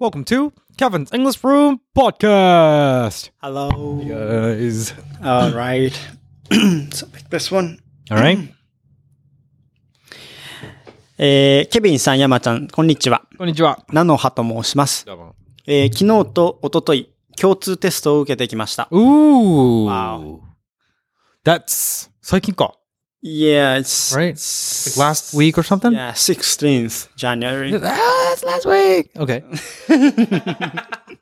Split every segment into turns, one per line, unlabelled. Welcome to Kevin's English Room Podcast. Uh,
Hello.
Guys.
All right. so pick this one.
All right.
えーケビンさん、山ちゃん、こんにちは。
こんにちは。
ナノハと申します。
どうも。
えー昨日と一昨日共通テストを受けてきました。
Ooh.
Wow.
That's 最近か。
Yeah, it's...
Right.
it's-
Like last week or something?
Yeah, 16th January.
Ah, it's last week. Okay.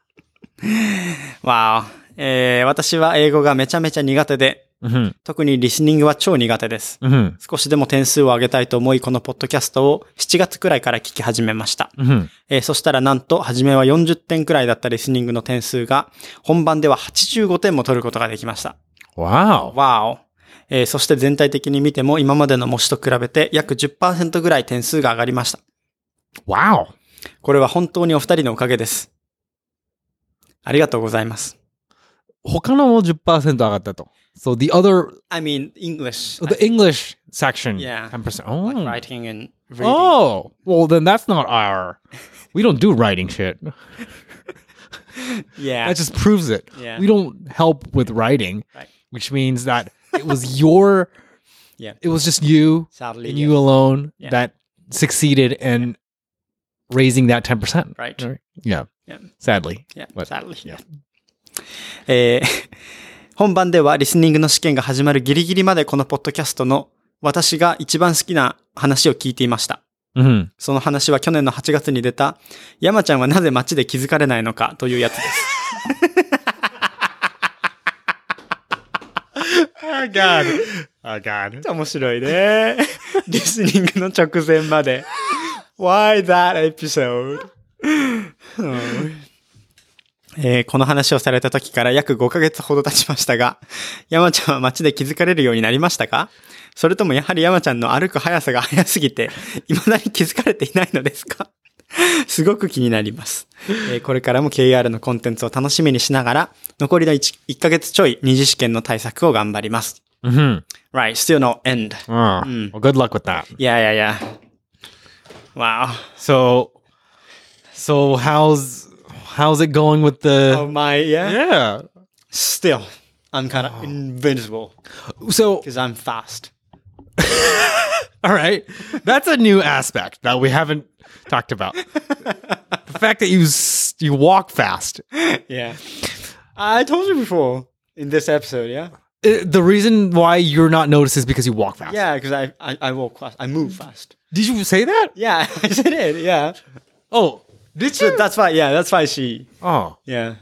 wow. えー私は英語がめちゃめちゃ苦手で、
Mhm.
特にリスニングは超苦手です。
Mhm.
少しでも点数を上げたいと思い、このポッドキャストを7月くらいから聞き始めました。
Mhm.
えーそしたらなんと、初めは40点くらいだったリスニングの点数が、本番では85点も取ることができました。
Wow.
わお。えーそして全体的に見ても、今までの模試と比べて約10%ぐらい点数が上がりました。
Wow.
これは本当にお二人のおかげです。ありがとうございます。
他のも10%上がったと。So the other
I mean, English.
the English section
Yeah.
10%.
like
Oh.
writing and reading.
Oh, well then that's not our. We don't do writing shit.
yeah.
That just proves it.
Yeah.
We don't help with writing,
Right.
which means that it was your.
Yeah.
It was just you
Sadly,
and you
yes.
alone
Yeah.
that succeeded in raising that ten percent.
Right.
Yeah.
Yeah.
Sadly.
Yeah,
But-
sadly.
yeah.
えー本番ではリスニングの試験が始まるギリギリまでこのポッドキャストの私が一番好きな話を聞いていました。
Mm-hmm.
その話は去年の8月に出た、山ちゃんはなぜ街で気づかれないのかというやつです。
Oh God. Oh God.
面白いね。 リスニングの直前まで。Why that episode? えーこの話をされた時から約5ヶ月ほど経ちましたが、山ちゃんは街で気づかれるようになりましたかそれともやはり山ちゃんの歩く速さが速すぎて、未だに気づかれていないのですか すごく気になります。えーこれからも KR のコンテンツを楽しみにしながら、残りの 1, 1ヶ月ちょい二次試験の対策を頑張ります。
Mm-hmm.
Right, still no end.
Oh,
Mm.
Well, good luck with that.
Yeah, yeah, yeah. Wow.
So, so how's how's it going with the?
Oh my, yeah.
yeah.
Still, I'm kind of invincible
So
because I'm fast.
All right. That's a new aspect that we haven't talked about. the fact that you s- you walk fast. Uh,
Yeah. I told you before in this episode, yeah?
Uh, the reason why you're not noticed is because you walk fast.
Yeah, because I, I, I walk fast. I move fast.
Did you say that?
Yeah, I said it, yeah.
Oh, did you?
So that's why, yeah, that's why she,
oh,
yeah,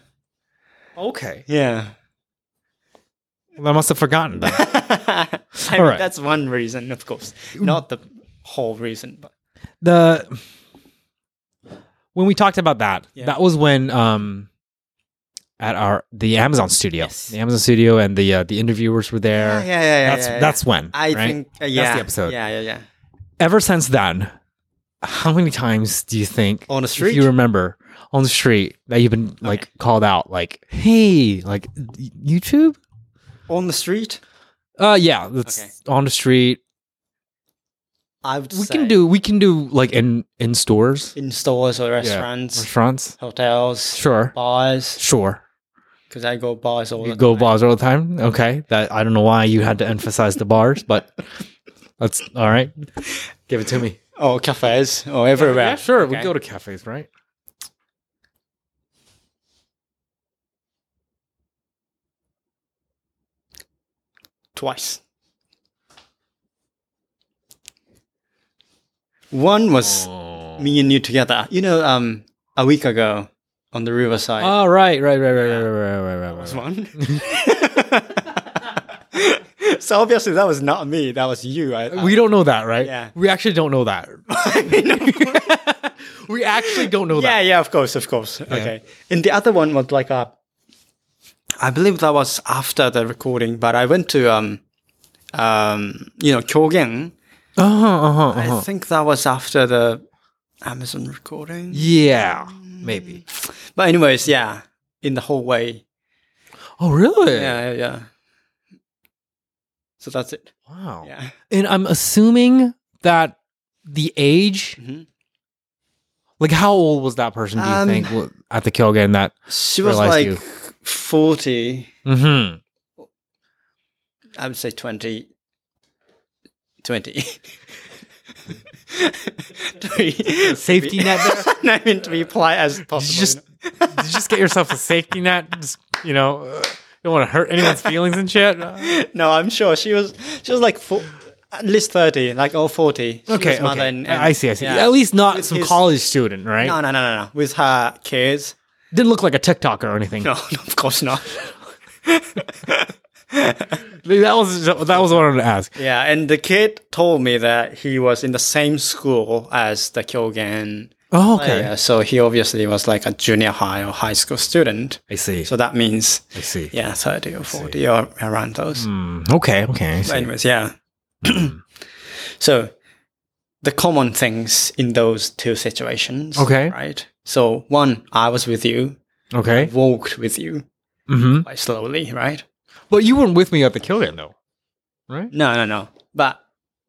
okay.
yeah.
Well, I must have forgotten that.
I mean,
All right.
That's one reason, of course. Not the whole reason, but
the when we talked about that,
Yeah.
that was when um at our the Amazon studio,
Yes.
the Amazon studio, and the uh, the interviewers were there.
yeah, yeah, yeah.
That's
yeah, yeah.
that's when
I
right?
think, uh, yeah.
the episode.
Yeah, yeah, yeah.
ever since then, how many times do you think
On the
if
street?
you remember on the street that you've been like called out, like "Hey, like y- YouTube?"
On the street,
Uh, yeah, that's
Okay.
on the street.
I would
We
say
can do we can do like in in stores,
in stores or
Yeah.
restaurants,
restaurants.
hotels,
Sure,
bars.
sure.
Because I go bars all
You
the
go
time.
bars all the time. Okay, that I don't know why you had to emphasize the bars, but that's all right. Give it to me.
Oh, cafes. Oh, everywhere.
Yeah, sure. We
Okay.
go to cafes, right?
twice. One was
Oh.
me and you together. You know, um, a week ago on the riverside.
Oh, right, right, right, right, right, right, right, right, right.
was one. so obviously that was not me. That was you. I, I,
We don't know that, right?
Uh, Yeah.
We actually don't know that. we actually don't know
yeah,
that.
yeah. Of course, of course. Okay. And the other one was like a. I believe that was after the recording, but I went to um, um, you know, Kyogen.
Uh-huh, uh-huh, uh-huh.
I think that was after the Amazon recording.
Yeah, maybe.
But anyways, yeah, in the whole way.
Oh, really?
Yeah, yeah, yeah. So that's it.
Wow.
Yeah. Mm-hmm.
And I'm assuming that the age
Mhm.
Like, how old was that person? Do you
Um,
think w- at the kill game that?
She was
Realized
like
you.
40,
Mm-hmm.
I would say 20. 20. To be-
Safety net there?
I mean, to be polite as possible.
just- Did you just get yourself a safety net? Just, you know, uh, don't want to hurt anyone's feelings and shit.
you know? No, I'm sure she was. She was like four, at least 30, like or 40. She
Okay,
was mother
okay.
and- and-
I see, I see.
yeah.
At least not
With
some
his-
college student, right?
No, no, no, no, no. With her kids.
Didn't look like a TikToker or anything.
No, no, of course not.
That was that was what I wanted to ask.
Yeah, and the kid told me that he was in the same school as the Kyogen.
Oh,
player, so he obviously was like a junior high or high school student.
I see.
So that means,
I see.
yeah, 30 or 40 or around those.
Hmm, okay, okay. I
But
see.
anyways, yeah. so the common things in those two situations.
Okay.
Right. So one, I was with you,
Okay.
walked with you
Mm-hmm.
quite slowly, right?
But you weren't with me at the kill game, though, right?
No, no, no. But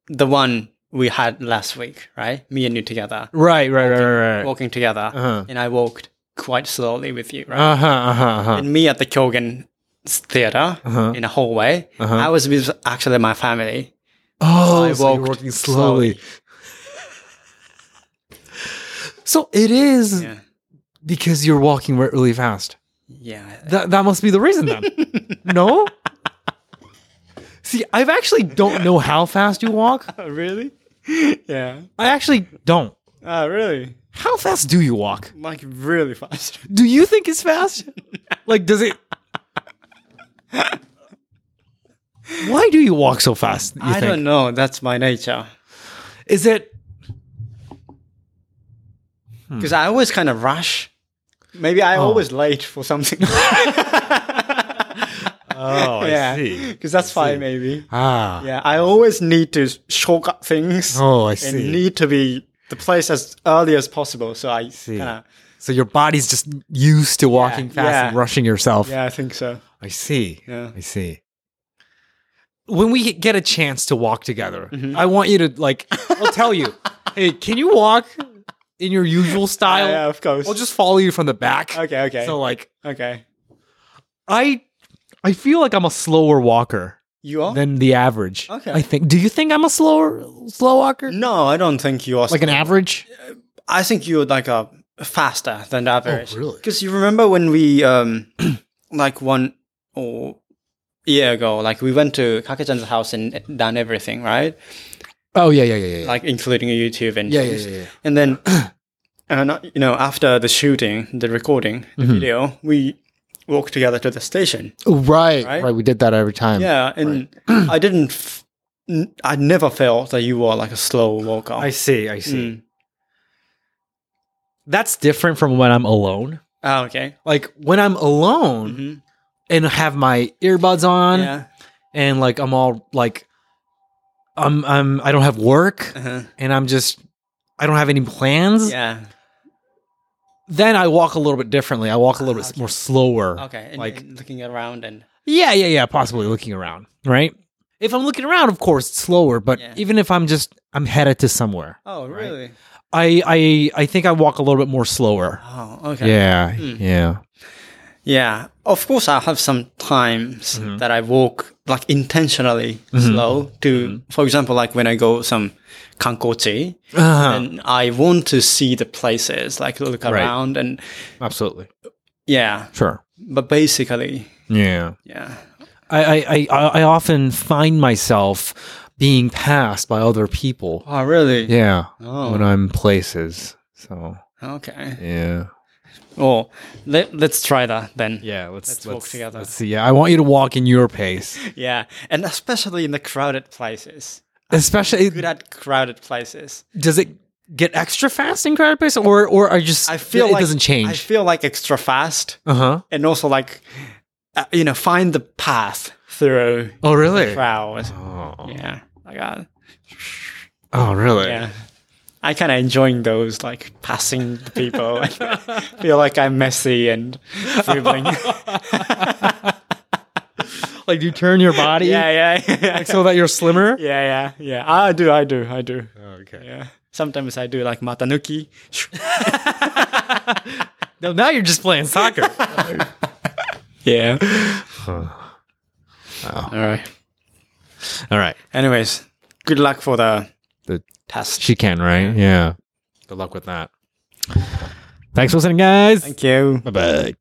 the one we had last week, right? Me and you together,
Right, right, right, right. right.
walking together,
Uh-huh.
and I walked quite slowly with you, right?
Uh huh. Uh huh. Uh-huh.
and me at the Kyogen theater
Uh-huh.
in a hallway.
Uh-huh.
I was with actually my family.
Oh,
I
so you're
walked
walking slowly. so it is
Yeah.
because you're walking re- really fast.
Yeah.
That that must be the reason then. no. See, I actually don't know how fast you walk.
Oh, really? yeah.
I actually don't.
Oh, really?
How fast do you walk?
Like really fast.
Do you think it's fast? like, does it? Why do you walk so fast? You
I
think?
don't know. That's my nature.
Is it? Hmm.
Because I always kind of rush. Maybe I always late for something.
Oh, I
yeah. Because that's why maybe.
Ah.
Yeah. I always need to shortcut things
Oh, I
and
see.
need to be the place as early as possible. So I
See.
kind of.
So your body's just used to walking fast and
yeah.
rushing yourself.
Yeah, I think so.
I see.
Yeah.
I see. When we get a chance to walk together,
Mm-hmm.
I want you to like. I'll tell you. hey, can you walk in your usual style?
yeah, of course.
I'll just follow you from the back.
Okay, uh, okay.
So like,
Okay.
I I feel like I'm a slower walker
You are?
than the average.
Oh. Okay.
I think. Do you think I'm a slower slow walker?
no, I don't think you are.
Like an average?
I think you're like a faster than
Oh,
the average.
really?
Because you remember when we, um, like one or year ago, like we went to Kake-chan's house and eh, done everything, right?
Oh yeah, yeah, yeah, yeah.
Like including YouTube and
yeah, yeah,
things.
yeah, yeah.
And then, and uh, you know, after the shooting, the recording, the
Mm-hmm. Hmm.
video, we walked together to the station.
Oh, Right, right,
Right?
We did that every time.
Yeah, and I didn't. F- n- I never felt that you were like a slow walker.
I see. I see.
Mm.
That's different from when I'm alone.
Ah, okay.
Like when I'm alone
hmm
and have my earbuds on
Yeah.
and like I'm all like I'm I'm I don't have work
Uh-huh.
and I'm just I don't have any plans.
Yeah.
Then I walk a little bit differently. I walk a little bit s- more slower.
Okay. And,
Like-
and looking around and
Yeah, yeah, yeah. Possibly looking around, right? If I'm looking around, of course, it's slower. But
Yeah.
even if I'm just I'm headed to somewhere,
oh
Right.
really?
I I I think I walk a little bit more slower.
Oh okay.
Yeah,
Mm.
yeah.
Yeah. Of course, I have some times
Mm-hmm.
that I walk like intentionally slow to,
Mm-hmm.
for example, like when I go some kankochi
Uh-huh.
and I want to see the places, like look
Right.
around and
Absolutely,
yeah.
sure.
But basically,
Yeah,
yeah.
I I I, I I often find myself being passed by other people.
Oh really?
Yeah,
Oh.
when I'm places. So
Okay.
yeah,
Well, let, let's try that then.
yeah. Let's
Let's walk together.
Let's see. Yeah, I want you to walk in your pace,
yeah. And especially in the crowded places.
especially.
Good at crowded places.
Does it get extra fast in crowded pace, or or are you just?
I feel
it
like
doesn't
I
change.
feel like extra fast,
Uh huh.
and also like uh, you know, find the path through
Oh really?
crowd.
Oh.
Yeah, like uh,
oh really?
yeah. I kind of enjoying those like passing the people. I feel like I'm messy and dribbling.
Like you turn your body
yeah, yeah, yeah,
so that you're slimmer.
yeah, yeah, yeah. I do, I do, I do.
Okay.
Yeah, Sometimes I do like matanuki. シュ
No, now you're just playing soccer.
Yeah. Alright.
All right.
Anyways, good luck for the,
The-
test.
She can, right? Yeah. Good luck with that. Thanks for listening, guys.
Thank you.
Bye bye.